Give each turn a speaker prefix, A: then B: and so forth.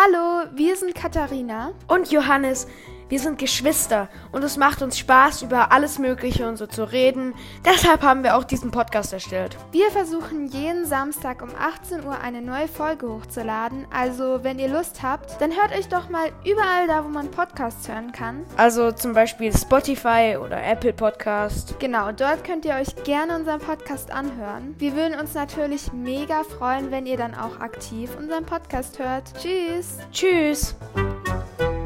A: Hallo, wir sind Katharina.
B: Und Johannes, wir sind Geschwister und es macht uns Spaß, über alles Mögliche und so zu reden. Deshalb haben wir auch diesen Podcast erstellt.
A: Wir versuchen jeden Samstag um 18 Uhr eine neue Folge hochzuladen. Also, wenn ihr Lust habt, dann hört euch doch mal überall da, wo man Podcasts hören kann.
B: Also zum Beispiel Spotify oder Apple Podcast.
A: Genau, dort könnt ihr euch gerne unseren Podcast anhören. Wir würden uns natürlich mega freuen, wenn ihr dann auch aktiv unseren Podcast hört. Tschüss!
B: Tschüss!